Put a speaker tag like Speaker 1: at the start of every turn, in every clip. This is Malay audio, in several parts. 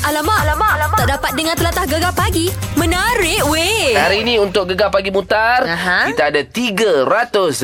Speaker 1: Alamak, alamak, alamak. Tak dapat dengar telatah gegar pagi. Menarik, weh.
Speaker 2: Eh.
Speaker 3: Hari ini untuk Gegar Pagi Mutar,
Speaker 1: Aha.
Speaker 3: kita ada RM300.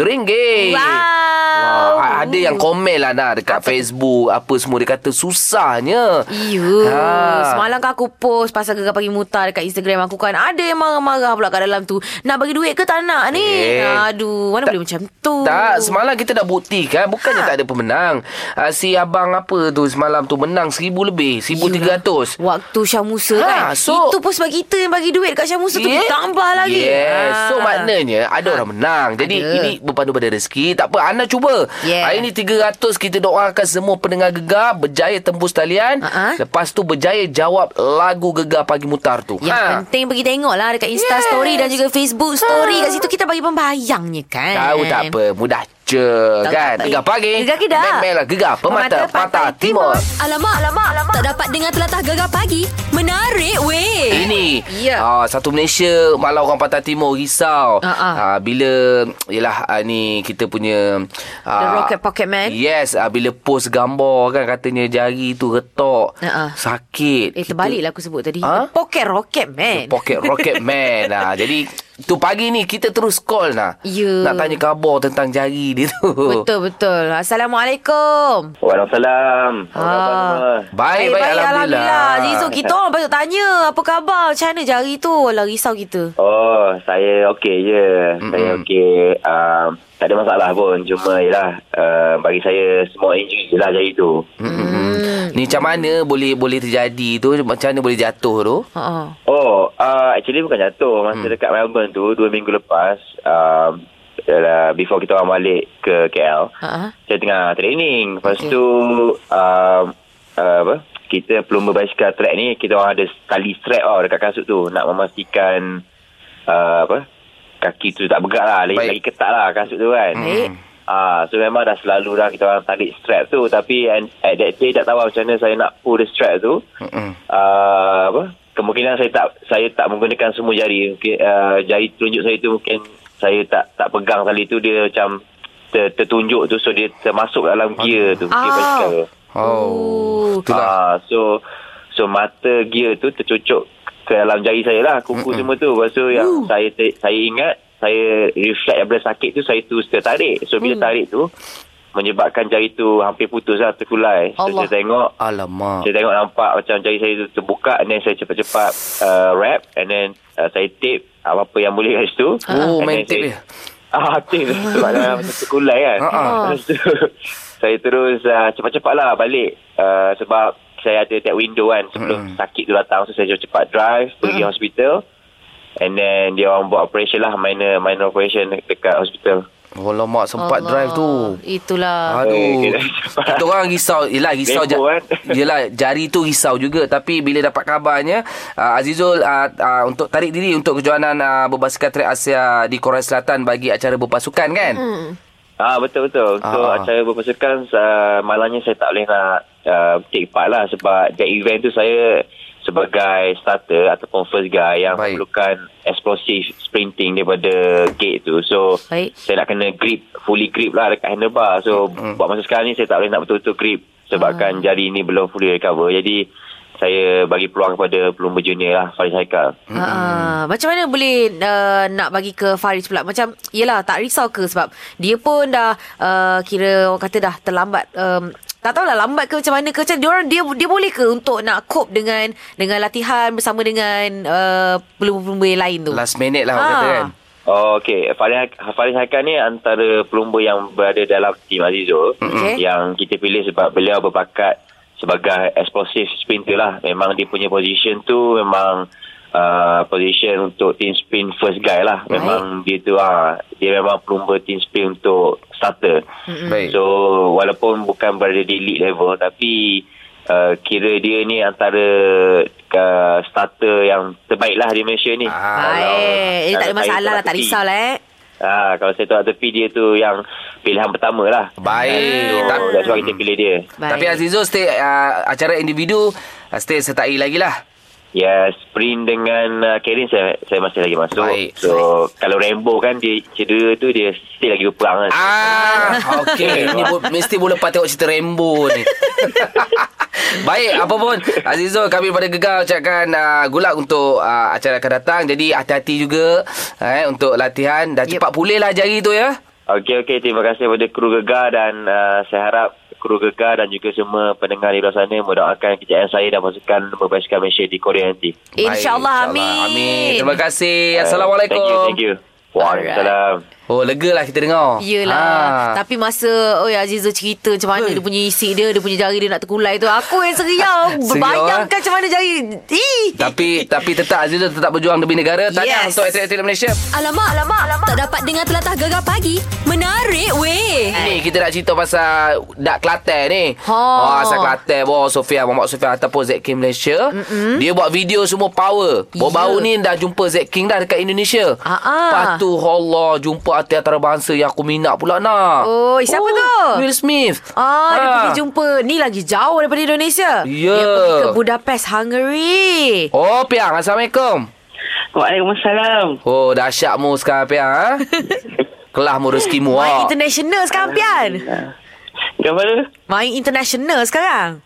Speaker 1: Wow.
Speaker 3: Ah, ada yang komen lah nak dekat Facebook apa semua dia kata susahnya.
Speaker 2: Iyu,
Speaker 3: Ha.
Speaker 2: ha. semalam kan aku post pasal gegar pagi muta dekat Instagram aku kan. Ada yang marah-marah pula kat dalam tu. Nak bagi duit ke tak nak ni?
Speaker 3: Eh.
Speaker 2: Aduh, mana
Speaker 3: Tak-
Speaker 2: boleh macam tu.
Speaker 3: Tak, semalam kita dah buktikan Bukannya ha. tak ada pemenang uh, Si abang apa tu semalam tu menang seribu lebih Seribu tiga ratus
Speaker 2: Waktu Syah Musa
Speaker 3: Ha,
Speaker 2: ha, kan.
Speaker 3: so-
Speaker 2: So, itu pun sebab kita yang bagi duit dekat Syah Musa tu. Tambah lagi.
Speaker 3: Yes
Speaker 2: Ha.
Speaker 3: So maknanya Ada orang menang Jadi
Speaker 2: Ada.
Speaker 3: ini berpandu pada rezeki Tak apa anda cuba
Speaker 2: Yeah.
Speaker 3: Hari ni 300 Kita doakan semua pendengar gegar Berjaya tembus talian
Speaker 2: Ha-ha.
Speaker 3: Lepas tu berjaya jawab Lagu gegar pagi mutar tu
Speaker 2: Yang ha. penting pergi tengok lah dekat Insta
Speaker 3: Yes. Ha.
Speaker 2: yes. story dan juga Facebook story. Kat situ kita bagi pembayangnya kan.
Speaker 3: Tahu tak apa Mudah je
Speaker 2: Tahu
Speaker 3: kan
Speaker 2: tak apa.
Speaker 3: Gegar pagi
Speaker 2: Gegar Kedah.
Speaker 3: Memelah gegar Pemata,
Speaker 2: Pemata
Speaker 3: Patah
Speaker 2: Pantai
Speaker 3: Timur,
Speaker 2: Timur.
Speaker 1: Alamak, alamak, alamak. Tak dapat dengar telatah gegar pagi. Menarik, weh.
Speaker 3: Ini
Speaker 2: Ya.
Speaker 3: Ah, Satu Malaysia Malah orang Pantai Timur risau
Speaker 2: Ah, ah.
Speaker 3: Ah, Bila Yelah ah, ni Kita punya
Speaker 2: The
Speaker 3: ah,
Speaker 2: Rocket Pocket Man.
Speaker 3: Yes ah, Bila post gambar kan Katanya jari tu retak
Speaker 2: Ah, ah.
Speaker 3: Sakit
Speaker 2: Eh, terbalik lah aku sebut tadi.
Speaker 3: Ha?
Speaker 2: Ha? Pocket rocket, man.
Speaker 3: Pocket Rocket Man ah. Jadi Tu pagi ni Kita terus call lah
Speaker 2: Ya.
Speaker 3: Nak tanya khabar Tentang jari dia tu
Speaker 2: Betul, betul. Assalamualaikum.
Speaker 4: Waalaikumsalam. Apa khabar
Speaker 2: Ah.
Speaker 4: semua?
Speaker 3: Baik, baik, Alhamdulillah.
Speaker 2: Alhamdulillah. Jadi so kita orang patut tanya apa khabar macam mana jari tu. Alah risau kita.
Speaker 4: Oh, saya okey je.
Speaker 3: Mm-mm.
Speaker 4: Mm-hmm. Saya okey. Um, tak ada masalah pun. Cuma yalah, uh, bagi saya semua injury je lah jari tu.
Speaker 3: Mm.
Speaker 2: Hmm.
Speaker 3: Mm-mm. Ni macam mana boleh boleh terjadi tu Macam mana boleh jatuh tu
Speaker 2: Ha ah.
Speaker 4: Oh, uh, actually bukan jatuh. Masa mm. dekat Melbourne tu, dua minggu lepas, um, uh, before kita orang balik ke KL,
Speaker 2: Ha ah.
Speaker 4: saya tengah training. Lepas
Speaker 2: Okey.
Speaker 4: okay. tu, um, uh, apa? Kita pelumba basikal track ni, kita orang ada tali strap tau dekat kasut tu. Nak memastikan, uh, apa? Kaki tu tak bergerak lah. Lagi,
Speaker 3: Baik.
Speaker 4: lagi ketat lah kasut tu kan.
Speaker 2: Baik.
Speaker 4: Ah, so memang dah selalu dah kita orang tarik strap tu tapi and, at that day tak tahu lah macam mana saya nak pull the strap tu.
Speaker 3: Mm-mm.
Speaker 4: Uh, apa? Kemungkinan saya tak saya tak menggunakan semua jari. Mungkin uh, jari telunjuk saya tu mungkin saya tak tak pegang tali tu dia macam ter, tertunjuk tu so dia termasuk dalam gear tu, gear
Speaker 2: Ah.
Speaker 4: basikal. tu.
Speaker 3: Oh,
Speaker 2: Oh.
Speaker 3: itulah.
Speaker 4: Ah, so so mata gear tu tercucuk ke dalam jari saya lah, kuku semua tu. Lepas tu yang saya te- saya ingat saya reflect daripada sakit tu saya terus tertarik. So
Speaker 2: Hmm.
Speaker 4: bila tarik tu menyebabkan jari tu hampir putus lah terkulai. So
Speaker 2: Allah.
Speaker 4: saya tengok
Speaker 3: Alamak.
Speaker 4: saya tengok nampak macam jari saya tu terbuka and then saya cepat-cepat uh, wrap and then uh, saya tape apa-apa yang boleh kat situ.
Speaker 3: Oh,
Speaker 4: And
Speaker 3: main
Speaker 4: then
Speaker 3: tape dia?
Speaker 4: saya- Ah, tape sebab dah macam terkulai kan.
Speaker 3: Ah, ah.
Speaker 4: Lepas tu, saya terus uh, cepat-cepat lah balik uh, sebab saya ada that window kan sebelum
Speaker 3: Mm-mm.
Speaker 4: sakit tu datang. So, saya cepat-cepat drive pergi hospital and then dia orang buat operation lah, minor, minor operation de- dekat hospital.
Speaker 3: Oh, Alamak, sempat
Speaker 2: Allah. Ya.
Speaker 3: Allah. drive tu. Ha,
Speaker 2: Itulah.
Speaker 3: Aduh.
Speaker 4: Eh,
Speaker 3: Kita orang risau. Yelah, risau. Ja-
Speaker 4: Lembu, kan?
Speaker 3: yelah, jari tu risau juga. Tapi bila dapat kabarnya, uh, Azizul uh, uh, untuk tarik diri untuk kejohanan uh, berbasikal track Asia di Korea Selatan bagi acara berpasukan kan?
Speaker 2: Hmm.
Speaker 4: Ah betul betul. So
Speaker 3: Ah.
Speaker 4: ah. acara berpasukan uh, malangnya saya tak boleh nak uh, take part lah sebab that event tu saya sebagai starter ataupun first guy yang
Speaker 3: Baik.
Speaker 4: Baik. perlukan explosive sprinting daripada gate tu. So
Speaker 2: Baik.
Speaker 4: saya nak kena grip fully grip lah dekat handlebar. So buat masa sekarang ni saya tak boleh nak betul-betul grip sebabkan jari ni belum fully recover. Jadi saya bagi peluang kepada pelumba junior lah Faris Haikal.
Speaker 2: Ha ah. Macam mana boleh uh, nak bagi ke Faris pula? Macam yelah tak risau ke sebab dia pun dah uh, kira orang kata dah terlambat um, tak tahulah lambat ke macam mana ke macam dia orang dia dia boleh ke untuk nak cope dengan dengan latihan bersama dengan uh, pelumba-pelumba yang lain tu.
Speaker 3: Last minute lah orang
Speaker 2: Ah.
Speaker 3: kata kan?
Speaker 4: Oh, okey. Faris, Faris Haikal ni antara pelumba yang berada dalam tim Azizul
Speaker 2: Okey.
Speaker 4: yang kita pilih sebab beliau berbakat sebagai explosive sprinter lah. Memang dia punya position tu memang uh, position untuk team sprint first guy lah. Memang dia tu ah dia memang pelumba team sprint untuk starter.
Speaker 3: Baik.
Speaker 4: So walaupun bukan berada di elite level tapi uh, kira dia ni antara uh, starter yang terbaik lah di Malaysia ni.
Speaker 3: Ah.
Speaker 4: Kalau-
Speaker 2: Baik. Jadi tak ada
Speaker 4: kalau saya
Speaker 2: masalah lah, tak
Speaker 4: tepi.
Speaker 2: risau lah eh.
Speaker 4: Ah, kalau saya tolak tepi dia tu yang pilihan pertama lah.
Speaker 3: Baik.
Speaker 4: So,
Speaker 3: Ta-
Speaker 4: that's why kita pilih dia.
Speaker 2: Baik.
Speaker 3: Tapi Azizul stay uh, acara individu uh, stay sertai lagi lah.
Speaker 4: Ya, sprint dengan uh, Karin saya, saya masih lagi masuk.
Speaker 3: Baik.
Speaker 4: So, kalau Rainbow kan dia cedera tu dia still lagi berperang kan.
Speaker 3: Ah, okey. Ini bu- mesti boleh lepas tengok cerita Rambo ni. Baik, apa pun Azizul kami pada Gegar ucapkan uh, gulak untuk uh, acara akan datang. Jadi hati-hati juga eh untuk latihan. Dah
Speaker 2: Yep.
Speaker 3: cepat pulih lah jari tu ya.
Speaker 4: Okey, okey. Terima kasih kepada kru Gegar dan uh, saya harap kru Gegar dan juga semua pendengar di luar sana mendoakan kejayaan saya dan pasukan membasikal Malaysia di Korea nanti.
Speaker 2: InsyaAllah,
Speaker 3: Baik,
Speaker 2: amin. Eh,
Speaker 3: Amin. Terima kasih.
Speaker 4: Uh,
Speaker 3: Assalamualaikum.
Speaker 4: Thank you, thank you. Waalaikumsalam.
Speaker 3: Oh, lega lah kita dengar.
Speaker 2: Yelah
Speaker 3: Ah.
Speaker 2: Tapi masa Oi Azizul cerita Macam mana dia punya isi dia Dia punya jari dia nak terkulai tu Aku yang seriau
Speaker 3: Seriau,
Speaker 2: Bayangkan
Speaker 3: eh?
Speaker 2: macam mana jari Ih.
Speaker 3: tapi tapi tetap Azizul tetap berjuang demi negara. Tahniah
Speaker 2: Yes.
Speaker 3: untuk atlet-atlet Malaysia.
Speaker 1: Alamak, alamak, alamak. Tak dapat dengar telatah gegar pagi. Menarik weh.
Speaker 3: Ni kita nak cerita pasal Dak Kelantan ni.
Speaker 2: Eh. Ha.
Speaker 3: Oh, asal Kelantan boh Sofia Muhammad Sofia ataupun Z King Malaysia. Mm-mm. Dia buat video semua power.
Speaker 2: Ya.
Speaker 3: Baru-baru ni dah jumpa Z King dah dekat Indonesia.
Speaker 2: Ah, ah.
Speaker 3: Lepas tu Allah jumpa artis antarabangsa yang aku minat pula nak. Oh,
Speaker 2: Oi, Oh. Eh,
Speaker 1: Oh.
Speaker 2: siapa tu?
Speaker 3: Will Smith.
Speaker 2: Ah, dia
Speaker 3: Ah.
Speaker 2: pergi jumpa Ni lagi jauh daripada Indonesia
Speaker 3: Ya.
Speaker 2: Dia pergi ke Budapest, Hungary
Speaker 3: Oh, Piang. Assalamualaikum.
Speaker 5: Waalaikumsalam.
Speaker 3: Oh, dahsyat mu sekarang, Piang. Ha? Kelah mu rezekimu.
Speaker 2: Main
Speaker 3: ah.
Speaker 2: international sekarang Pian
Speaker 5: Gimana?
Speaker 2: Main international sekarang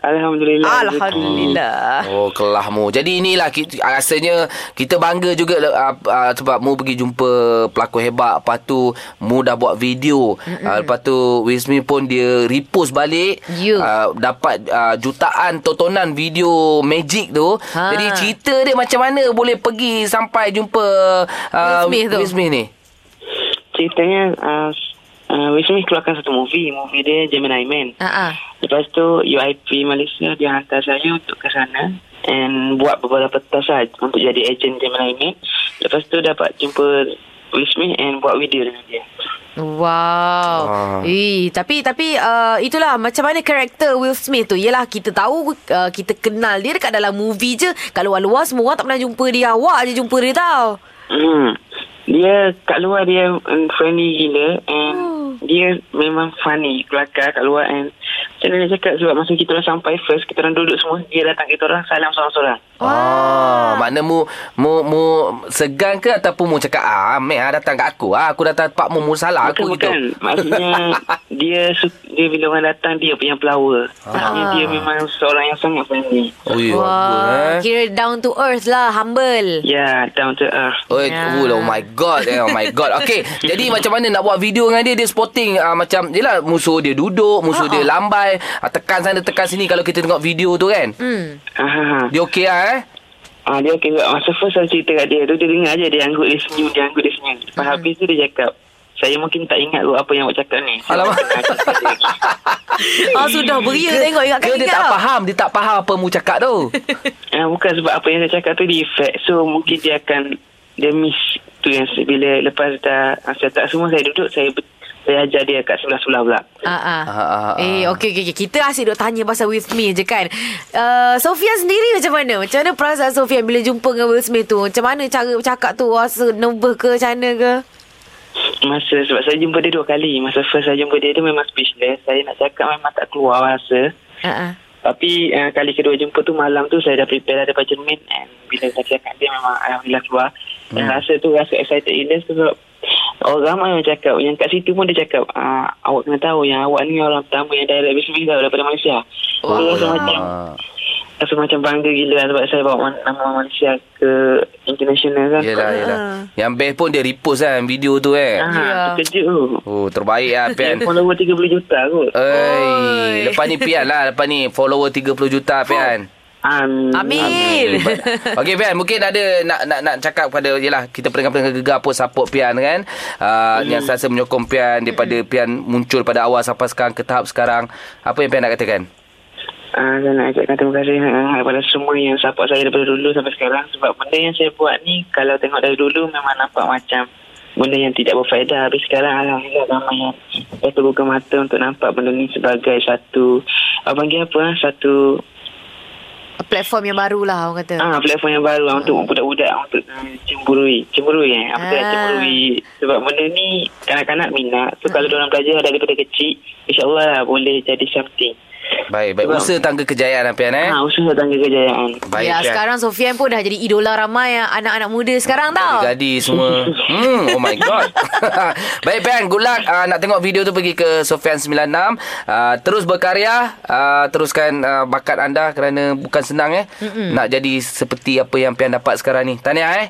Speaker 3: Ya,
Speaker 5: Alhamdulillah.
Speaker 2: Ah, Alhamdulillah
Speaker 3: Oh kelah mu Jadi inilah kita, Rasanya Kita bangga juga uh, uh, Sebab mu pergi jumpa Pelakon hebat Lepas tu Mu dah buat video uh, Lepas tu Will Smith pun dia Repost balik
Speaker 2: Ya.
Speaker 3: uh, Dapat uh, Jutaan tontonan Video Magic tu
Speaker 2: Ha.
Speaker 3: Jadi cerita dia Macam mana boleh pergi Sampai jumpa uh,
Speaker 2: Will Smith tu.
Speaker 3: Will Smith ni
Speaker 5: Ceritanya, uh, uh, Will Smith keluarkan satu movie. Movie dia Gemini Man.
Speaker 2: Ah, ah.
Speaker 5: Lepas tu, UIP Malaysia dia hantar saya untuk ke sana. And buat beberapa task lah untuk jadi agent Gemini Man. Lepas tu dapat jumpa Will Smith and buat video dengan dia.
Speaker 2: Wow.
Speaker 3: Ah.
Speaker 2: Eh, tapi tapi uh, itulah macam mana karakter Will Smith tu. Yalah kita tahu uh, kita kenal dia dekat dalam movie je. Kat luar-luar semua orang tak pernah jumpa dia. Awak je jumpa dia tau.
Speaker 5: Hmm. Dia kat luar dia um, friendly gila and dia memang funny kelakar kat luar and macam mana nak cakap sebab masa kita orang sampai first kita orang duduk semua dia datang kita orang salam seorang-seorang.
Speaker 3: Ah, makna mu mu mu segan ke ataupun mu cakap ah, Mek ah, datang kat aku. Ah, aku datang tempat mu, mu salah
Speaker 5: Bukan,
Speaker 3: aku gitu.
Speaker 5: bukan. Maksudnya dia su- dia bila orang datang dia punya flower. Maksudnya dia memang seorang yang sangat friendly.
Speaker 3: Ui,
Speaker 2: Wah,
Speaker 3: apa, eh?
Speaker 2: kira down to earth lah, humble.
Speaker 5: Ya, yeah, down to earth.
Speaker 3: Oh,
Speaker 2: Ya.
Speaker 3: oh, oh my god eh, Oh my god Okay Jadi macam mana nak buat video dengan dia Dia spotting uh, Macam Yelah musuh dia duduk Musuh dia lambai uh, Tekan sana tekan sini Kalau kita tengok video tu kan
Speaker 2: Hmm.
Speaker 5: Ah, ah, ah.
Speaker 3: Dia okey lah eh
Speaker 5: Ah dia okey sebab masa first saya cerita kat dia tu dia dengar je dia angguk dia senyum dia angguk dia senyum. Lepas habis tu dia cakap saya mungkin tak ingat kot apa yang awak cakap ni. Saya
Speaker 3: Alamak.
Speaker 5: tak dengar cerita dia.
Speaker 2: Ah sudah beria tengok ingat
Speaker 3: Ke
Speaker 2: kan
Speaker 3: dia tak faham Dia tak faham apa mu cakap tu
Speaker 5: Ah, bukan sebab apa yang saya cakap tu dia effect. So mungkin dia akan dia miss tu yang se- bila lepas dah ah, saya tak semua saya duduk saya ber- saya ajar dia kat sebelah-sebelah pula.
Speaker 2: Ah, ah.
Speaker 3: Ah, ah, ah.
Speaker 2: Eh, okey, okey. okey. Kita asyik duk tanya pasal Will Smith je kan. Uh, Sofia sendiri macam mana? Macam mana perasaan Sofia bila jumpa dengan Will Smith tu? Macam mana cara bercakap tu? Rasa nervous ke? Macam mana ke?
Speaker 5: Masa sebab saya jumpa dia dua kali. Masa first saya jumpa dia tu memang speechless. Saya nak cakap memang tak keluar rasa.
Speaker 2: Ah, ah.
Speaker 5: Tapi uh, kali kedua jumpa tu malam tu saya dah prepare dah daripada cermin and bila saya cakap dia memang Alhamdulillah keluar. Hmm. Dan rasa tu rasa excited gila sebab orang ramai yang cakap yang kat situ pun dia cakap ah, awak kena tahu yang awak ni orang pertama yang direct bisnis tau daripada Malaysia. Oh, so, rasa macam rasa macam bangga gila lah sebab saya bawa man- nama Malaysia ke international kan.
Speaker 3: Yelah yelah
Speaker 2: Ha.
Speaker 3: Yang best pun dia repost kan Video tu eh
Speaker 5: Ah,
Speaker 2: Yeah.
Speaker 5: terkejut tu.
Speaker 3: Oh terbaik lah Pian
Speaker 5: Follower 30 juta kot.
Speaker 3: Eh.
Speaker 2: Oi.
Speaker 3: Oi. Lepas ni Pian lah Lepas ni follower 30 juta Pian
Speaker 5: Um,
Speaker 2: Amin.
Speaker 3: Okey Pian Mungkin ada Nak nak nak cakap kepada Yelah kita pendengar-pendengar gegar pun Support Pian kan uh, Yang
Speaker 2: Hmm.
Speaker 3: sentiasa menyokong Pian Daripada Pian muncul pada awal Sampai sekarang Ke tahap sekarang Apa yang Pian nak katakan
Speaker 5: Uh, saya nak ucapkan terima kasih uh, kepada semua yang support saya daripada dulu sampai sekarang sebab benda yang saya buat ni kalau tengok dari dulu memang nampak macam benda yang tidak berfaedah habis sekarang Alhamdulillah ramai yang saya terbuka mata untuk nampak benda ni sebagai satu apa panggil apa ah, satu
Speaker 2: Platform yang baru lah orang kata.
Speaker 5: ah platform yang baru ah, untuk budak-budak untuk uh, cemburui cemburui eh apa tu
Speaker 2: Ah.
Speaker 5: cemburui sebab benda ni kanak-kanak minat so kalau diorang belajar daripada kecil insyaAllah lah boleh jadi something
Speaker 3: Baik, baik. Usaha tangga kejayaan Apian eh.
Speaker 5: Ha, usaha tangga kejayaan.
Speaker 2: Ah,
Speaker 3: Baik. lah.
Speaker 2: ya,
Speaker 3: Apian.
Speaker 2: sekarang Sofian pun dah jadi idola ramai ah, anak-anak muda sekarang tau.
Speaker 3: Gadi semua hmm, Oh my god Baik Ben Good luck uh, Nak tengok video tu Pergi ke Sofian96 uh, Terus berkarya uh, Teruskan uh, bakat anda Kerana bukan senang eh Mm-mm. Nak jadi seperti Apa yang Pian dapat sekarang ni Tahniah eh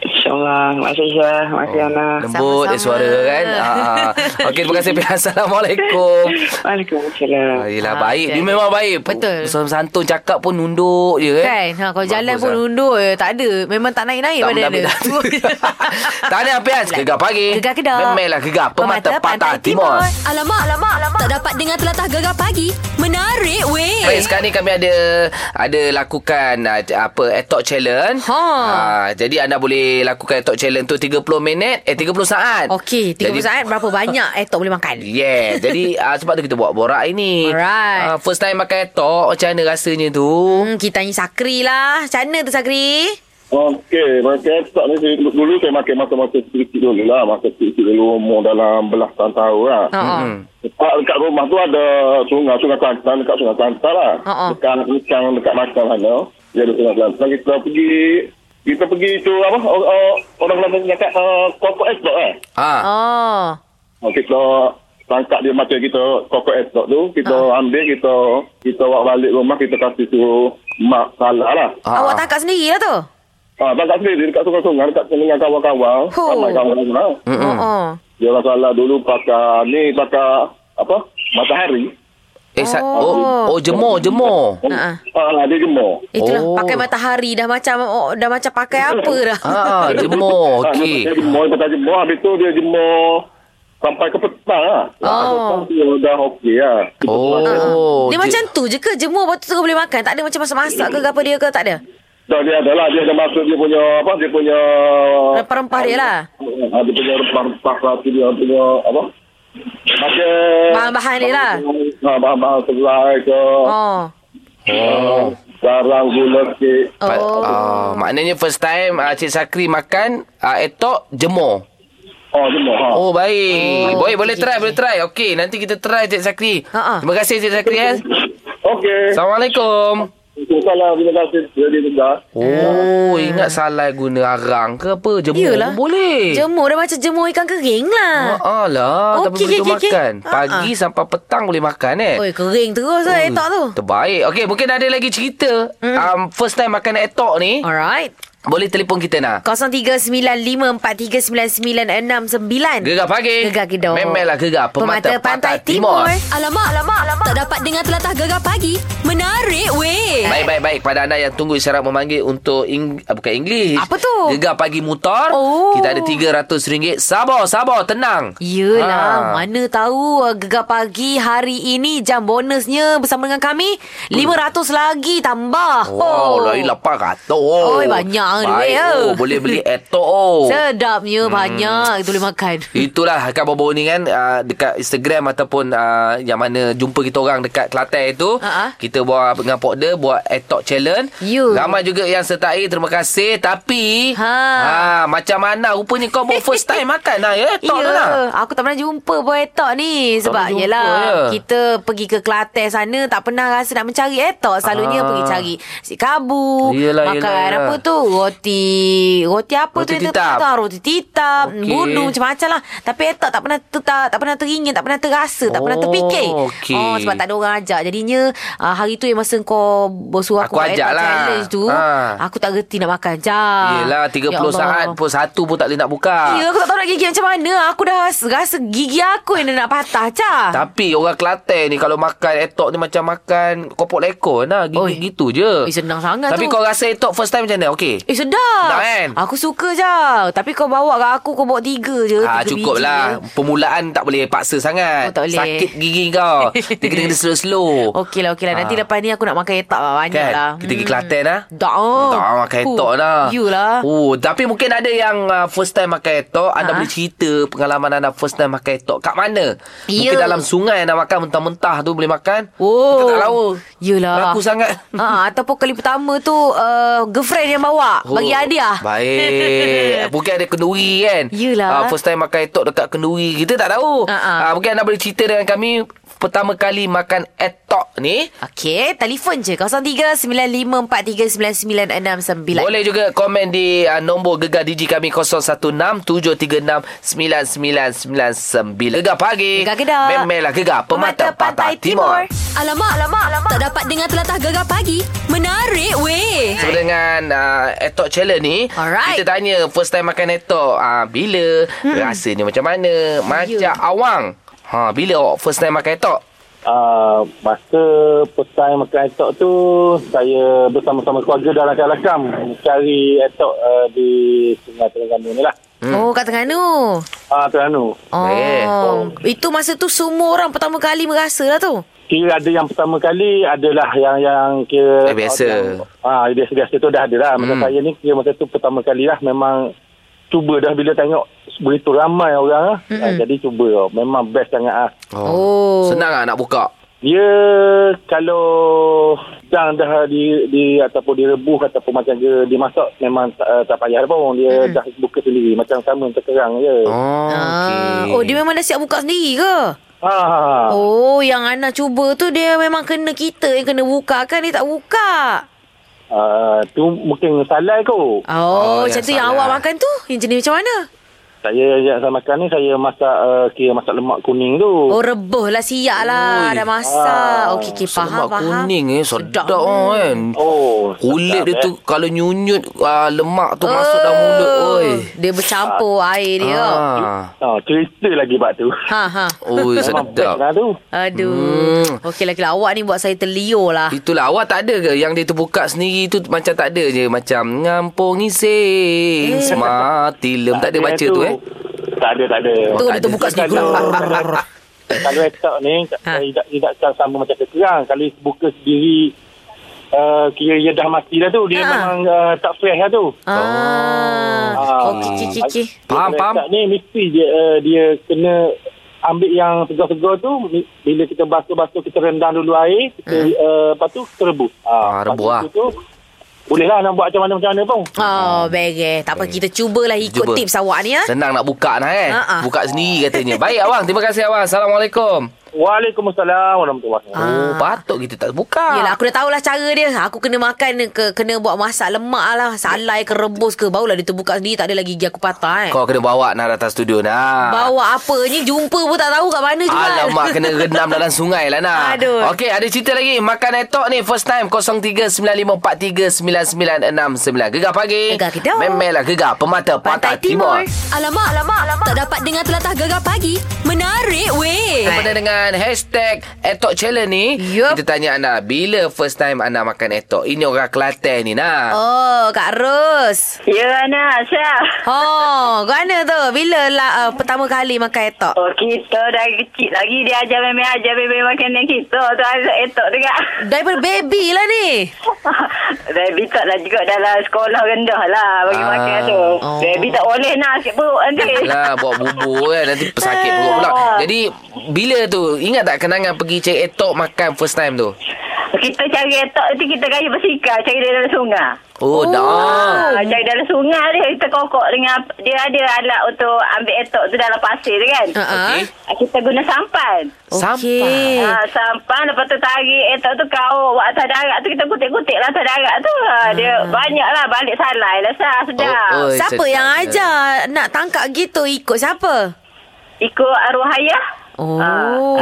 Speaker 5: InsyaAllah. Terima kasih Syah. Terima kasih Ana.
Speaker 3: Lembut eh,
Speaker 2: Sama-sama.
Speaker 3: suara kan uh, uh. Okey terima kasih Pian Assalamualaikum
Speaker 5: Waalaikumsalam.
Speaker 3: Ah, Yelah
Speaker 2: Ah,
Speaker 3: baik Dia
Speaker 2: Pian.
Speaker 3: memang baik
Speaker 2: Betul.
Speaker 3: Ustaz Santun cakap pun Nunduk je eh
Speaker 2: Kan? Ha, kalau jalan
Speaker 3: Bagus,
Speaker 2: pun
Speaker 3: ah.
Speaker 2: undur je. Tak ada. Memang tak naik-naik
Speaker 3: Tak
Speaker 2: badan
Speaker 3: mendapat
Speaker 2: dia.
Speaker 3: data. Tahniah Pian Gegar pagi
Speaker 2: Gegar Kedah.
Speaker 3: Memelah lah gegar Pemata, Pantai, Timur, Timur.
Speaker 1: Alamak, alamak, alamak. Tak dapat dengar telatah gegar pagi. Menarik weh.
Speaker 3: Baik, sekarang ni kami ada ada lakukan uh, apa eh, talk challenge.
Speaker 2: Ha.
Speaker 3: Ah, jadi anda boleh lakukan talk challenge tu 30 minit eh 30 saat.
Speaker 2: Okey, 30
Speaker 3: Jadi-
Speaker 2: saat berapa banyak eh tak boleh makan?
Speaker 3: Yeah, jadi uh, sebab tu kita buat borak ini.
Speaker 2: Alright.
Speaker 3: Ah, first time makan etok, macam mana rasanya tu?
Speaker 2: Hmm, kita tanya Sakri lah. Macam mana tu Sakri?
Speaker 6: Okey, makan tak ni saya- dulu saya makan masa-masa kecil-kecil dulu lah. Masa kecil-kecil dulu umur dalam belasan tahun lah.
Speaker 2: Ha.
Speaker 6: Hmm.
Speaker 2: Hmm.
Speaker 3: Hmm.
Speaker 6: Dekat, dekat rumah tu ada sungai, sungai Kelantan, dekat sungai Kelantan lah.
Speaker 2: Ha, ha.
Speaker 6: Dekat anak Mekang, dekat Makang sana. Dia ada sungai Kelantan. Kita pergi, kita pergi tu apa, or- or- orang Kelantan cakap uh, kokok esok eh.
Speaker 3: Ah.
Speaker 2: Oh.
Speaker 6: Oh, Kita tangkap dia macam kita kokok esok tu. Kita ambil, kita kita bawa balik rumah, kita kasih suruh mak salah lah.
Speaker 3: Ah.
Speaker 2: Awak tangkap sendiri lah tu?
Speaker 6: Ah, bangkat sendiri dekat sungai-sungai, dekat dengan kawan-kawan.
Speaker 2: Huh.
Speaker 6: Ramai kawan-kawan. Hmm.
Speaker 2: Mm-mm. Oh.
Speaker 6: Dia orang salah dulu pakai, ni pakai, apa, matahari.
Speaker 3: Eh, sa-
Speaker 2: Oh.
Speaker 3: oh. oh jemur, jemur.
Speaker 2: Ha.
Speaker 6: Ah, dia jemur.
Speaker 2: Itulah oh.
Speaker 3: Oh.
Speaker 2: pakai matahari dah macam oh, dah macam pakai apa dah.
Speaker 3: Ah, jemur.
Speaker 6: Ah,
Speaker 3: Okey.
Speaker 6: Dia jemur, dia pakai jemur. Habis tu dia jemur sampai ke petang lah.
Speaker 2: Oh.
Speaker 6: Petang tu dah okey lah.
Speaker 3: Oh.
Speaker 2: dia
Speaker 3: je-
Speaker 2: macam tu je ke jemur lepas tu terus boleh makan? Tak ada macam masak-masak ke ke apa dia ke tak ada?
Speaker 6: Dah dia adalah, dia ada masuk dia punya, apa, dia punya...
Speaker 2: Rempah-rempah dia lah.
Speaker 6: Ah, dia punya rempah-rempah lah tu dia punya, apa, macam...
Speaker 2: Bahan-bahan dia lah.
Speaker 6: Ah, bahan-bahan selai ke.
Speaker 2: Oh.
Speaker 6: Oh. Sarang gula sikit.
Speaker 3: Pa-
Speaker 2: Oh.
Speaker 3: ah, maknanya first time uh, Cik Sakri makan uh, etok jemur.
Speaker 6: Oh, jemur. Ha.
Speaker 3: Oh baik.
Speaker 2: Oh,
Speaker 3: Oh, boleh boleh
Speaker 2: okey,
Speaker 3: try,
Speaker 2: okey.
Speaker 3: boleh try. Okey, nanti kita try Cik Sakri.
Speaker 2: Ha, ha.
Speaker 3: Terima kasih Cik Sakri eh.
Speaker 6: Okey.
Speaker 3: Assalamualaikum.
Speaker 6: Salam. Terima kasih. Jadi, sudah.
Speaker 2: Eh.
Speaker 3: Oh, ingat salah guna arang ke apa? Jemur
Speaker 2: Yelah.
Speaker 3: pun boleh.
Speaker 2: lah. Jemur dah macam jemur ikan kering lah.
Speaker 3: Ha lah, tapi
Speaker 2: Okey, okey,
Speaker 3: boleh okay,
Speaker 2: okey.
Speaker 3: makan.
Speaker 2: Ha, ha.
Speaker 3: Pagi sampai petang boleh makan eh. Hmm.
Speaker 2: Oi, kering terus lah etok tu. Hmm.
Speaker 3: Terbaik. Okey, mungkin ada lagi cerita um, first time makan etok ni.
Speaker 2: Alright.
Speaker 3: Boleh telefon kita nak.
Speaker 2: 0395439969.
Speaker 3: Gegar pagi.
Speaker 2: Gegar Kedah.
Speaker 3: Memelah gegar pemata, pantai, timur.
Speaker 1: Alamak, alamak, alamak. Tak dapat dengar telatah gegar pagi. Menarik weh.
Speaker 3: Baik, baik, baik. Pada anda yang tunggu isyarat memanggil untuk ing, ah, bukan English.
Speaker 2: Apa tu?
Speaker 3: Gegar pagi mutar.
Speaker 2: Oh. Ya.
Speaker 3: Kita ada RM300. Sabar, sabar. Tenang.
Speaker 2: Yelah,
Speaker 3: Ah.
Speaker 2: mana tahu uh, Gegar Pagi hari ini jam bonusnya bersama dengan kami RM500 lagi tambah.
Speaker 3: Wow, Hmm. Oh, lain lah. 800.
Speaker 2: Oi, banyak duit,
Speaker 3: Baik,
Speaker 2: ya.
Speaker 3: oh, Boleh beli etok. Oh.
Speaker 2: Sedapnya hmm. banyak itu boleh makan.
Speaker 3: Itulah akan baru-baru ni kan uh, Dekat Instagram ataupun uh, Yang mana jumpa kita orang dekat Kelantan itu
Speaker 2: Ha-ha.
Speaker 3: Kita buat dengan Pokda Buat etok challenge
Speaker 2: You.
Speaker 3: Ramai juga yang sertai Terima kasih Tapi
Speaker 2: Ha.
Speaker 3: ha Macam mana Rupanya kau baru first time makan lah ya Etok tu
Speaker 2: Ya,
Speaker 3: lah
Speaker 2: aku tak pernah jumpa buah etok ni Sebab
Speaker 3: pernah jumpa,
Speaker 2: yelah
Speaker 3: ya.
Speaker 2: Kita pergi ke Kelantan sana Tak pernah rasa nak mencari etok Selalunya
Speaker 3: Ah.
Speaker 2: pergi cari Si kabu
Speaker 3: Yelah,
Speaker 2: Makan
Speaker 3: yelah, yelah.
Speaker 2: apa tu Roti Roti apa
Speaker 3: Roti
Speaker 2: tu yang
Speaker 3: titap.
Speaker 2: terputus? Ah, Roti titap
Speaker 3: Okey.
Speaker 2: Budu macam-macam lah Tapi etok tak pernah ter, tak, tak pernah teringin Tak pernah terasa Tak pernah
Speaker 3: Oh,
Speaker 2: terfikir
Speaker 3: okey.
Speaker 2: oh, Sebab tak ada orang ajak Jadinya ah, Hari tu yang masa kau Bersuruh aku,
Speaker 3: Aku
Speaker 2: buat
Speaker 3: ajak
Speaker 2: etok
Speaker 3: lah.
Speaker 2: challenge tu
Speaker 3: Ah.
Speaker 2: Aku tak reti nak makan Ya Jam
Speaker 3: Yelah 30 saat pun Satu pun tak boleh nak buka
Speaker 2: Ya, aku tak tahu nak gigit macam mana. Aku dah rasa, rasa gigi aku yang dah nak patah, Cah.
Speaker 3: Tapi orang Kelantan ni Kalau makan etok ni Macam makan Kopok lekor lah
Speaker 2: Oi.
Speaker 3: Gigit gitu je
Speaker 2: Eh, senang sangat
Speaker 3: Tapi
Speaker 2: tu.
Speaker 3: kau rasa etok first time macam mana Okey
Speaker 2: Eh, sedap.
Speaker 3: Sedap, kan?
Speaker 2: Aku suka, Cah. Tapi kau bawa kat aku, kau bawa tiga je.
Speaker 3: Ah
Speaker 2: tiga
Speaker 3: cukup
Speaker 2: biji
Speaker 3: lah
Speaker 2: je.
Speaker 3: Permulaan tak boleh paksa sangat
Speaker 2: Oh, tak boleh.
Speaker 3: Sakit gigi kau Kita kena slow-slow
Speaker 2: Okey lah, okey lah. Nanti
Speaker 3: Ah.
Speaker 2: lepas ni aku nak makan etak lah. Banyak
Speaker 3: Kan
Speaker 2: lah.
Speaker 3: Kita pergi Kelantan lah
Speaker 2: Tak. oh.
Speaker 3: Tak makan
Speaker 2: Huh.
Speaker 3: etok lah
Speaker 2: Yulah.
Speaker 3: oh, Tapi mungkin ada yang uh, First time makan etok Anda
Speaker 2: Ha.
Speaker 3: boleh cerita Pengalaman anda first time makan etok Kat mana Mungkin
Speaker 2: Ya.
Speaker 3: dalam sungai anda makan Mentah-mentah tu boleh makan
Speaker 2: Oh.
Speaker 3: Kita tak tahu
Speaker 2: Yelah.
Speaker 3: Laku sangat
Speaker 2: Ah, ataupun kali pertama tu uh, girlfriend yang bawa oh. bagi hadiah.
Speaker 3: Baik Mungkin ada kenduri kan
Speaker 2: Yelah.
Speaker 3: Ah, First time makan etok dekat kenduri Kita tak tahu
Speaker 2: Ha, ha.
Speaker 3: Ah, Mungkin anda boleh cerita dengan kami pertama kali makan etok ni.
Speaker 2: Okey, telefon je 0395439969.
Speaker 3: Boleh juga komen di uh, nombor gegar DJ kami 0167369999. Gegar pagi.
Speaker 2: Gegar Kedah.
Speaker 3: Memelah Eh, gegar pemata, pantai, timur. timur.
Speaker 1: Alamak, alamak, alamak. Tak dapat dengar telatah gegar pagi. Menarik weh.
Speaker 3: So dengan uh, Etok Challenge ni
Speaker 2: Alright.
Speaker 3: Kita tanya First time makan Etok uh, Bila hmm. Rasanya macam mana Macam
Speaker 2: Ya.
Speaker 3: awang ha, Bila awak first time makan Etok
Speaker 7: Uh, masa petang makan etok tu saya bersama-sama keluarga dalam kalakam cari etok uh, di Sungai Terengganu ni lah
Speaker 2: Hmm. Oh, kat Terengganu.
Speaker 7: uh, Terengganu
Speaker 2: Oh,
Speaker 3: Eh.
Speaker 2: itu masa tu semua orang pertama kali merasa lah tu.
Speaker 7: kira ada yang pertama kali adalah yang yang
Speaker 3: Eh,
Speaker 7: kira
Speaker 3: biasa.
Speaker 7: ah ha, biasa-biasa tu dah ada lah masa
Speaker 3: Hmm.
Speaker 7: saya ni kira masa tu pertama kali lah memang cuba dah bila tengok begitu ramai orang lah ha, jadi cuba lah. memang best sangat ah
Speaker 2: Oh.
Speaker 3: Senang lah nak buka
Speaker 7: dia kalau sedang dah di, di ataupun direbus ataupun macam dia dimasak memang uh, tak payah pun dia hmm. dah buka sendiri macam sama macam kerang je oh.
Speaker 3: Oh,
Speaker 2: Ah, oh, dia memang dah siap buka sendiri ke?
Speaker 7: ha, ha, ha.
Speaker 1: Ah.
Speaker 2: Oh,
Speaker 7: Oh.
Speaker 2: yang Ana cuba tu dia memang kena kita yang kena buka kan? Dia tak buka.
Speaker 7: Uh, tu mungkin salah
Speaker 2: Oh,
Speaker 7: kot
Speaker 3: Oh,
Speaker 2: oh macam
Speaker 3: yang
Speaker 2: tu yang
Speaker 3: salah.
Speaker 2: awak makan tu? Yang jenis macam mana?
Speaker 7: saya yang saya makan ni saya masak uh, kira masak lemak kuning tu
Speaker 2: Oh, rebuh lah siap lah.
Speaker 3: Ui.
Speaker 2: Dah masak.
Speaker 7: Ah.
Speaker 2: Okey, okey. Faham,
Speaker 3: Lemak
Speaker 2: faham.
Speaker 3: kuning eh Sedap, oh, kan
Speaker 7: Oh,
Speaker 3: Kulit
Speaker 7: sedap,
Speaker 3: dia
Speaker 7: eh.
Speaker 3: tu Kalau nyunyut uh, Lemak tu masuk dalam mulut Oi
Speaker 2: Oh. Dia bercampur air dia.
Speaker 3: ah.
Speaker 7: Ha, cerita lagi bab tu.
Speaker 2: Ha, ha.
Speaker 3: Oi
Speaker 7: Memang best
Speaker 3: sedap
Speaker 7: lah tu.
Speaker 2: Aduh. Hmm. Okeylah, okeylah. Awak ni buat saya terliur lah.
Speaker 3: Itulah awak tak ada ke Yang dia terbuka sendiri tu Macam tak ada je Macam Ngampung
Speaker 2: Eh.
Speaker 3: ising Semati lem Tak ada baca tu eh
Speaker 7: Tak ada, tak ada.
Speaker 2: Tu
Speaker 3: tak
Speaker 2: dia
Speaker 3: ada.
Speaker 2: terbuka sikit.
Speaker 7: Kalau etok ni,
Speaker 2: Ha.
Speaker 7: ha. tidak tidak sama, sama macam kekerang. Kalau dia buka sendiri, uh, kira dia dah mati dah tu. Dia
Speaker 2: Ha.
Speaker 7: memang uh, tak fresh dah tu.
Speaker 2: Ah.
Speaker 7: Ah.
Speaker 2: Okey, okey, okey, okey.
Speaker 7: Dia
Speaker 3: Faham,
Speaker 7: kalau
Speaker 3: faham.
Speaker 7: etok ni mesti dia, uh, dia kena ambil yang segar-segar tu mi- bila kita basuh-basuh kita rendam dulu air kita uh, lepas tu kita rebus
Speaker 3: Mhm. Ah,
Speaker 7: Ah,
Speaker 3: rebus
Speaker 7: lepas tu bolehlah nak buat macam mana-macam mana pun
Speaker 2: Oh, beres. Tak apa, kita cubalah ikut
Speaker 3: Cuba.
Speaker 2: tips awak ni. Ha?
Speaker 3: Senang nak buka nah eh
Speaker 2: Ha, ah.
Speaker 3: Buka sendiri katanya Baik awang Terima kasih awang Assalamualaikum
Speaker 7: Waalaikumsalam warahmatullahi wabarakatuh
Speaker 3: Oh patut kita tak buka
Speaker 2: Ah. Yelah aku dah tahulah cara dia Aku kena makan ke, Kena buat masak lemak lah Salai ke rebus ke Barulah dia terbuka sendiri Tak ada lagi gigi aku patah eh
Speaker 3: Kau kena bawa nak datang studio nak
Speaker 2: Bawa apanya Jumpa pun tak tahu kat mana juga
Speaker 3: Alamak kena rendam dalam sungai lah nak
Speaker 2: Aduh.
Speaker 3: Okey ada cerita lagi Makan etok ni first time 0395439969 Gegar pagi
Speaker 2: Gegar Kedah.
Speaker 3: Memelah gegar Pemata
Speaker 2: Pantai
Speaker 3: Pantai,
Speaker 2: Timur.
Speaker 3: Timur,
Speaker 1: Alamak, alamak, alamak. Tak dapat dengar telatah gegar pagi. Menarik weh.
Speaker 3: Kepada dengan hashtag Etok Challenge ni
Speaker 2: Yup.
Speaker 3: Kita tanya anda Bila first time anda makan etok Ini orang Kelantan ni nak
Speaker 2: Oh Kak Ros
Speaker 8: Ya, Ana, Syah.
Speaker 2: Oh Kau mana tu Bila lah uh, Pertama kali makan etok
Speaker 8: Oh, kita dari kecil lagi dia ajar memang ajar memang makanan kita. Tu anak etok juga.
Speaker 2: Daripada baby lah ni
Speaker 8: Baby tak lah juga dalam sekolah rendah lah bagi
Speaker 3: Ah.
Speaker 8: ah. makan tu.
Speaker 2: Oh.
Speaker 8: Baby tak boleh nak sakit perut nanti.
Speaker 3: lah bawa bubur kan Nanti pesakit perut pula
Speaker 2: Ya.
Speaker 3: Jadi Bila tu Ingat tak kenangan pergi cari etok Makan first time tu
Speaker 8: Kita cari etok tu kita gaya bersikar cari dia dalam sungai.
Speaker 3: Oh, oh. dah
Speaker 2: Hmm.
Speaker 8: Ah, cari dalam sungai dia kita kokok dengan dia ada alat untuk ambil etok tu dalam pasir tu kan.
Speaker 2: Ah, Eh. ah.
Speaker 3: Okey.
Speaker 8: Ah, Kita guna sampan.
Speaker 2: Okey
Speaker 8: Ha, sampan lepas tu tarik etok tu kau buat atas darat tu kita kutik-kutik lah atas darat tu. Ha, dia
Speaker 2: Hmm.
Speaker 8: banyak lah balik salai lah sah sedap.
Speaker 3: Oh, oh.
Speaker 2: Siapa
Speaker 3: sedap
Speaker 2: yang
Speaker 3: dia.
Speaker 2: ajar Nak tangkap gitu Ikut siapa
Speaker 8: Ikut arwahayah.
Speaker 2: Oh.
Speaker 8: Ha,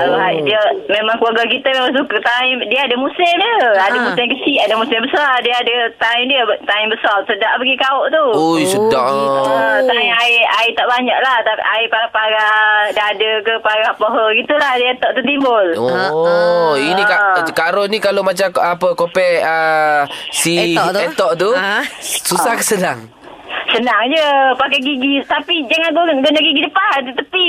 Speaker 8: arwahayah. Dia memang keluarga kita memang suka time. Dia ada musim dia. Ada
Speaker 2: Ah.
Speaker 8: musim kecil, ada musim besar. Dia ada time dia. Time besar. Sedap pergi kauk tu.
Speaker 3: Ui,
Speaker 2: Oh,
Speaker 3: sedap.
Speaker 2: gitu.
Speaker 3: Oh.
Speaker 8: Ha, time air, air tak banyak lah. Tapi air parah-parah dada ke parah pohon gitulah. Dia tak tertimbul.
Speaker 3: Oh,
Speaker 2: Ha,
Speaker 3: ini Kak, Kak Ros ni kalau macam apa kopi uh, si
Speaker 2: Etok tu.
Speaker 3: etok tu,
Speaker 2: Ah.
Speaker 3: susah ke senang?
Speaker 8: Senang je pakai gigi tapi jangan goreng guna gigi depan di tepi.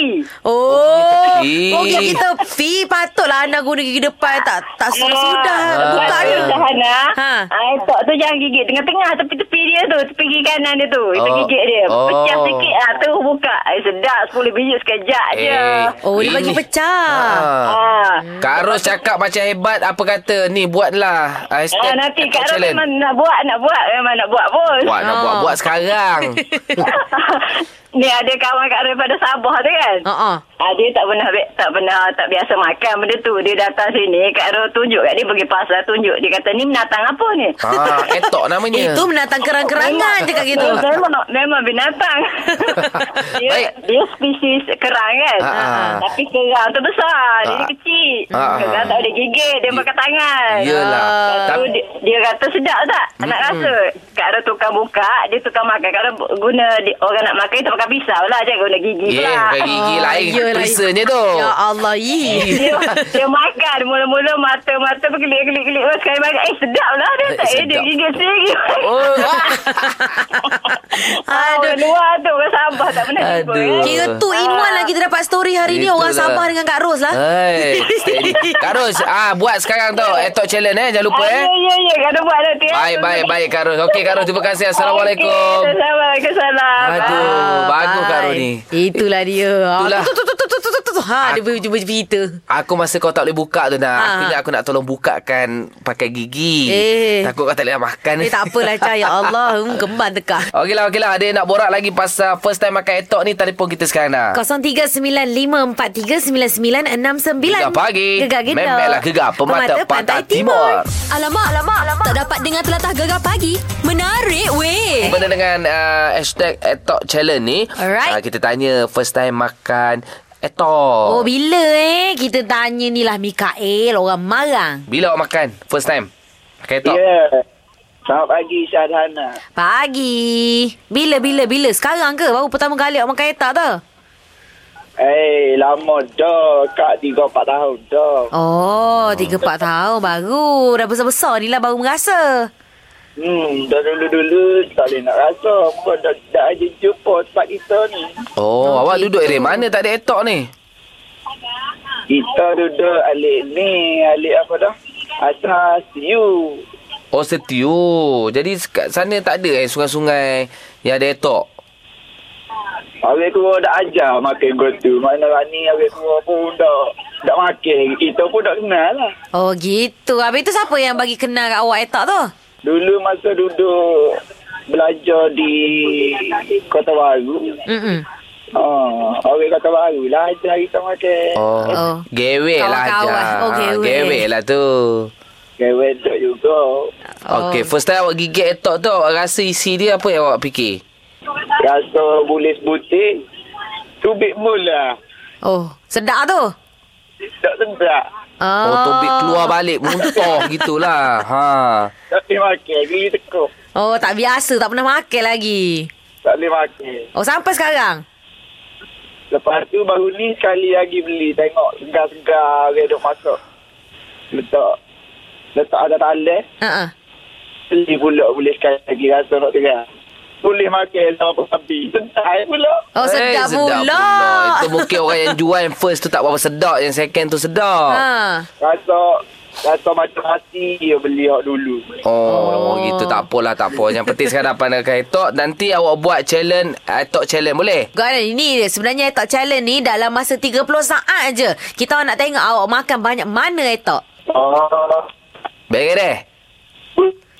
Speaker 2: Oh,
Speaker 3: gigi tepi.
Speaker 2: oh gigi tepi patutlah anak guna gigi depan tak tak sudah-sudah
Speaker 3: Ah.
Speaker 2: buka
Speaker 8: Bukan
Speaker 2: je.
Speaker 8: je Hana.
Speaker 2: Ha.
Speaker 8: Ha. Tok tu jangan gigit tengah-tengah tepi-tepi dia tu, tepi gigi kanan dia tu. Itu
Speaker 3: Oh.
Speaker 8: gigit dia. Pecah
Speaker 3: Oh.
Speaker 8: sikit ah tu buka. Eh, sedap 10 biji sekejap je.
Speaker 3: Eh.
Speaker 2: Oh, dia bagi pecah.
Speaker 3: Ah.
Speaker 8: Ha.
Speaker 3: Kak Ros cakap macam hebat apa kata ni buatlah ah, hashtag
Speaker 8: Ah, nanti
Speaker 3: Etok
Speaker 8: Kak Ros
Speaker 3: Challenge.
Speaker 8: memang nak buat, nak buat, memang nak buat pun.
Speaker 3: Buat nak
Speaker 2: Ah.
Speaker 3: buat buat sekarang.
Speaker 8: Ni ada kawan kat daripada Sabah tu kan.
Speaker 2: Ha ah.
Speaker 8: Ah, dia tak pernah be- tak pernah tak biasa makan benda tu. Dia datang sini, Kak Ro tunjuk kat dia pergi pasar tunjuk. Dia kata ni menatang apa ni?
Speaker 3: Ah, etok namanya.
Speaker 2: Itu menatang kerang-kerangan cakap gitu.
Speaker 8: Eh, memang, memang binatang. dia,
Speaker 3: Baik.
Speaker 8: dia spesies kerang kan.
Speaker 3: Ah, ah.
Speaker 8: Tapi kerang tu besar. Dia,
Speaker 3: Ah.
Speaker 8: dia kecil.
Speaker 3: Ah, ah.
Speaker 8: kerang tak boleh gigit. Dia pakai tangan.
Speaker 3: Yelah.
Speaker 8: Lepas tu
Speaker 3: Tapi-
Speaker 8: dia, dia kata sedap tak? Nak rasa. Kak Ro tukang buka, dia tukang makan. Kak Ro guna dia, orang nak makan, dia pakai pisau lah. Jangan guna gigi
Speaker 3: Yeah,
Speaker 8: pula.
Speaker 3: pakai gigi
Speaker 2: Ah,
Speaker 3: lain
Speaker 2: yelah.
Speaker 3: perisanya tu.
Speaker 2: Ya Allah, ih.
Speaker 8: dia, dia makan mula-mula mata-mata berkelip-kelip-kelip oh, sekali makan eh sedap lah dia
Speaker 3: Eh,
Speaker 8: tak eh, dia
Speaker 3: sedap.
Speaker 8: gigit sendiri
Speaker 3: Oh, ah.
Speaker 8: Ah, orang luar tu orang Sabah tak pernah jumpa
Speaker 3: Aduh.
Speaker 8: eh.
Speaker 2: Kira tu Iman lah kita dapat story hari ni orang
Speaker 3: Itulah.
Speaker 2: Sabah dengan Kak Ros lah.
Speaker 3: Hai, steady. Kak Ros, ah, buat sekarang tau. Etok challenge eh. Jangan lupa
Speaker 8: Ah,
Speaker 3: eh.
Speaker 8: ya ya ya kena buat nanti eh.
Speaker 3: Baik, baik, baik Kak Ros. Okey Kak Ros, terima kasih. Assalamualaikum.
Speaker 8: Okey, Assalamualaikum
Speaker 3: Aduh,
Speaker 2: Ah,
Speaker 3: bagus Kak Ros ni.
Speaker 2: Itulah dia.
Speaker 3: Itulah.
Speaker 2: Itulah. Tu, tu, tu, tu, tu, tu, tu, tu. Ha, dia
Speaker 3: Aku-
Speaker 2: jumpa cerita.
Speaker 3: Aku masa kau tak boleh buka tu nak.
Speaker 2: Ah.
Speaker 3: Aku ni aku nak tolong bukakan pakai gigi.
Speaker 2: Eh.
Speaker 3: Takut kau tak boleh makan.
Speaker 2: Eh, tak apalah, Cah. Ya Allah. Hmm, Gemban tekah.
Speaker 3: Okeylah, okeylah. Ada yang nak borak lagi pasal first time makan etok ni. Telefon kita sekarang dah.
Speaker 2: 0395439969.
Speaker 3: Gegar pagi.
Speaker 2: Gegar Gedor.
Speaker 3: Memelah gegar Pemata, Pantai, Timur.
Speaker 1: Alamak, alamak, alamak. Tak dapat dengar telatah gegar pagi. Menarik weh.
Speaker 3: Benda dengan uh, hashtag etok challenge ni.
Speaker 2: Alright.
Speaker 3: ah, kita tanya first time makan etok.
Speaker 2: Oh, bila eh kita tanya ni lah Mikael orang Marang.
Speaker 3: Bila awak makan first time? Makan etok?
Speaker 9: Ya. Selamat pagi Syahana.
Speaker 2: Pagi. Bila bila bila sekarang ke baru pertama kali awak makan etak tu?
Speaker 9: Eh, lama dah. Kak 3 4 tahun dah.
Speaker 2: Oh, tiga empat tahun baru. Dah besar-besar ni lah baru merasa.
Speaker 9: Hmm, dah dulu-dulu tak boleh nak rasa. Kau dah, dah aja jumpa tempat kita ni.
Speaker 3: Oh,
Speaker 2: Oh,
Speaker 3: awak
Speaker 2: gitu.
Speaker 3: duduk area mana tak ada etok ni?
Speaker 9: Kita duduk alik ni, alik apa dah? Atas you.
Speaker 3: Oh, setiu. Jadi kat sana tak ada eh sungai-sungai yang ada etok.
Speaker 9: Awek tua dah ajar makan gotu. Mana lah ni awek tua pun dah, dah makan. Kita pun dah kenal lah.
Speaker 2: Oh, gitu. Habis tu siapa yang bagi kenal kat awak etak tu?
Speaker 9: Dulu masa duduk belajar di Kota Baru.
Speaker 2: Mm-mm.
Speaker 9: Oh, awek Kota Baru lah ajar kita makan.
Speaker 3: Oh,
Speaker 2: Oh.
Speaker 3: gewek lah
Speaker 2: Kawan-kawan.
Speaker 3: ajar.
Speaker 2: Oh, gewek.
Speaker 3: gewek lah tu.
Speaker 9: Kewek duduk juga.
Speaker 2: Oh.
Speaker 3: Okey, first time awak gigit etok tu, awak rasa isi dia apa yang awak fikir?
Speaker 9: Rasa boleh sebutin. Tubik mula.
Speaker 2: Oh, sedap tu. Ah.
Speaker 9: Tak sedap.
Speaker 3: Oh, oh tobik keluar balik, muntah gitulah. Ha.
Speaker 9: Tak boleh makan. Gigi tekuk.
Speaker 2: Oh, tak biasa. Tak pernah makan lagi.
Speaker 9: Tak boleh makan.
Speaker 2: Oh, sampai sekarang?
Speaker 9: Lepas tu baru ni sekali lagi beli. Tengok segar-segar dia duk masak. Letak. Letak ada taleh.
Speaker 2: Uh-uh.
Speaker 9: Beli pula boleh sekali lagi rasa nak tegang. Boleh makan lah apa sapi. Sentai pula.
Speaker 2: Oh,
Speaker 3: Eh,
Speaker 2: sedap hey,
Speaker 3: sedap
Speaker 2: pula.
Speaker 3: Itu mungkin orang yang jual yang first tu tak berapa sedap, yang second tu sedap.
Speaker 2: Ha.
Speaker 9: Rasa rasa macam hati dia beli hak dulu.
Speaker 3: Oh, oh, gitu tak apalah tak apa. Yang penting sekarang dapat nak etok. Nanti awak buat challenge, etok challenge boleh?
Speaker 2: Kan ini dia. sebenarnya etok challenge ni dalam masa 30 saat je. Kita orang nak tengok awak makan banyak mana etok.
Speaker 9: Oh,
Speaker 3: Baik deh.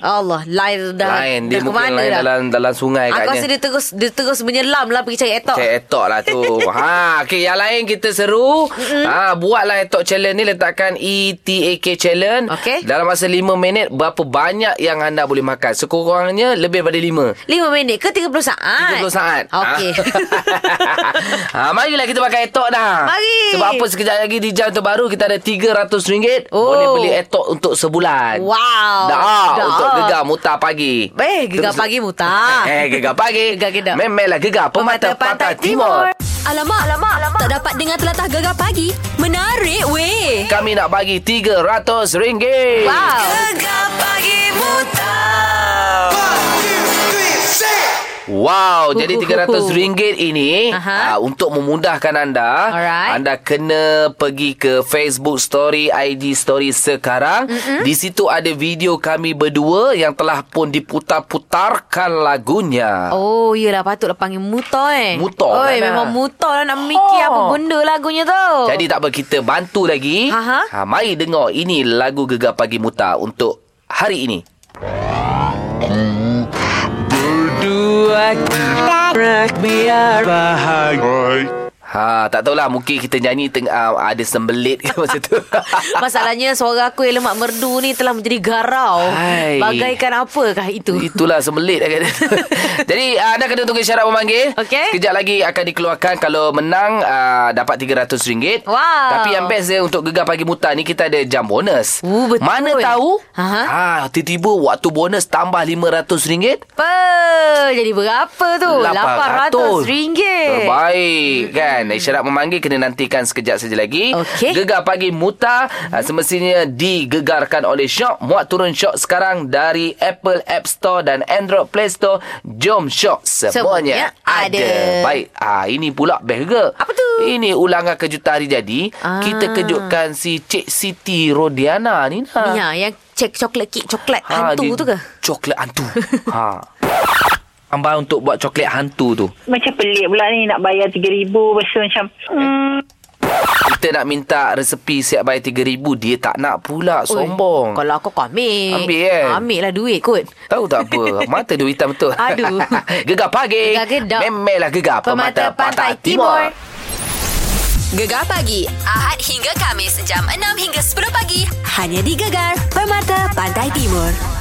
Speaker 2: Allah, lain dah.
Speaker 3: Lain dia
Speaker 2: dah
Speaker 3: mungkin
Speaker 2: kemana
Speaker 3: lain
Speaker 2: dah.
Speaker 3: dalam dalam sungai
Speaker 2: Aku rasa
Speaker 3: katnya.
Speaker 2: dia terus dia terus menyelam lah pergi cari etok.
Speaker 3: Cek etok lah tu ha, okay, Yang lain kita seru ha, Buatlah etok challenge ni Letakkan E ETAK challenge
Speaker 2: Okey.
Speaker 3: Dalam masa 5 minit Berapa banyak yang anda boleh makan Sekurang-kurangnya Lebih daripada 5
Speaker 2: 5 minit ke 30 saat?
Speaker 3: 30 saat
Speaker 2: Okey.
Speaker 3: ha, Marilah kita pakai etok dah
Speaker 2: Mari.
Speaker 3: Sebab apa sekejap lagi Di jam terbaru Kita ada RM300
Speaker 2: Oh.
Speaker 3: Boleh beli etok untuk sebulan
Speaker 2: Wow.
Speaker 3: Dah
Speaker 2: Dah.
Speaker 3: Untuk gegar mutar pagi
Speaker 2: Eh, gegar pagi mutar.
Speaker 3: Eh gegar pagi
Speaker 2: Gegar Kedah.
Speaker 3: Memelah gegar Pemata, Pantai, Timur.
Speaker 1: Alamak, alamak, alamak. Tak dapat dengar telatah gegar pagi. Menarik weh.
Speaker 3: Kami nak bagi RM300
Speaker 2: Wow.
Speaker 1: Gegar pagi mutar.
Speaker 3: Wow,
Speaker 2: Hu,
Speaker 3: jadi
Speaker 2: hu, hu, hu.
Speaker 3: RM300 ini
Speaker 2: Aha.
Speaker 3: uh, untuk memudahkan anda,
Speaker 2: Alright.
Speaker 3: anda kena pergi ke Facebook Story, IG Story sekarang. Mm-hmm. Di situ ada video kami berdua yang telah pun diputar-putarkan lagunya.
Speaker 2: Oh, yelah patutlah panggil mutar eh.
Speaker 3: Mutar
Speaker 2: Oi,
Speaker 3: lah,
Speaker 2: memang
Speaker 3: nah.
Speaker 2: mutar lah nak mikir
Speaker 3: Oh.
Speaker 2: apa benda lagunya tu.
Speaker 3: Jadi tak apa kita bantu lagi.
Speaker 2: Aha.
Speaker 3: Ha, mari dengar ini lagu Gegar Pagi Muta untuk hari ini. Berdua kita Ha, tak tahulah mungkin kita nyanyi teng- uh, ada sembelit ke masa tu.
Speaker 2: Masalahnya suara aku yang lemak merdu ni telah menjadi garau.
Speaker 3: Hai.
Speaker 2: Bagaikan apakah itu?
Speaker 3: Itulah semelit kat dia. Jadi uh, anda kena tunggu syarat memanggil.
Speaker 2: Okey.
Speaker 3: Kejap lagi akan dikeluarkan kalau menang uh, dapat RM300.
Speaker 2: Wow.
Speaker 3: Tapi yang best dia untuk gegar pagi buta ni kita ada jam bonus.
Speaker 2: Oh, betul.
Speaker 3: Mana tahu?
Speaker 2: Aha.
Speaker 3: Ha, tiba-tiba waktu bonus tambah RM500.
Speaker 2: Apa? Jadi berapa tu? RM800.
Speaker 3: Terbaik kan Isyarat memanggil Kena nantikan sekejap saja lagi
Speaker 2: Hmm. Okey. Hmm.
Speaker 3: Gegar pagi muta ah, Semestinya digegarkan oleh Shock Muat turun Shock sekarang Dari Apple App Store Dan Android Play Store Jom Shock Semuanya,
Speaker 2: Semuanya ada.
Speaker 3: Baik ah, Ini pula best ke
Speaker 2: Apa tu?
Speaker 3: Ini ulangan kejutan hari jadi
Speaker 2: Ah.
Speaker 3: Kita kejutkan si Cik Siti Rodiana ni nak.
Speaker 2: Ya, yang cek coklat kek coklat ha, hantu
Speaker 3: dia-
Speaker 2: tu ke?
Speaker 3: Coklat hantu ha. Tambah untuk buat coklat hantu tu
Speaker 8: Macam pelik pula ni nak bayar RM3,000. Lepas tu macam... Hmm,
Speaker 3: Kita nak minta resepi siap bayar RM3,000 Dia tak nak
Speaker 2: Oi,
Speaker 3: pula Sombong
Speaker 2: Kalau aku kau ambil.
Speaker 3: Ambil, kan?
Speaker 2: Ambil lah duit kot.
Speaker 3: Tahu tak apa Mata dia hitam betul
Speaker 2: Aduh.
Speaker 3: Gegar pagi
Speaker 2: Gegar gedap.
Speaker 3: Memelah gegar Pemata, Pantai, Timur.
Speaker 1: Gegar pagi Ahad hingga Kamis jam 6 hingga 10 pagi hanya di Gegar Permata Pantai Timur.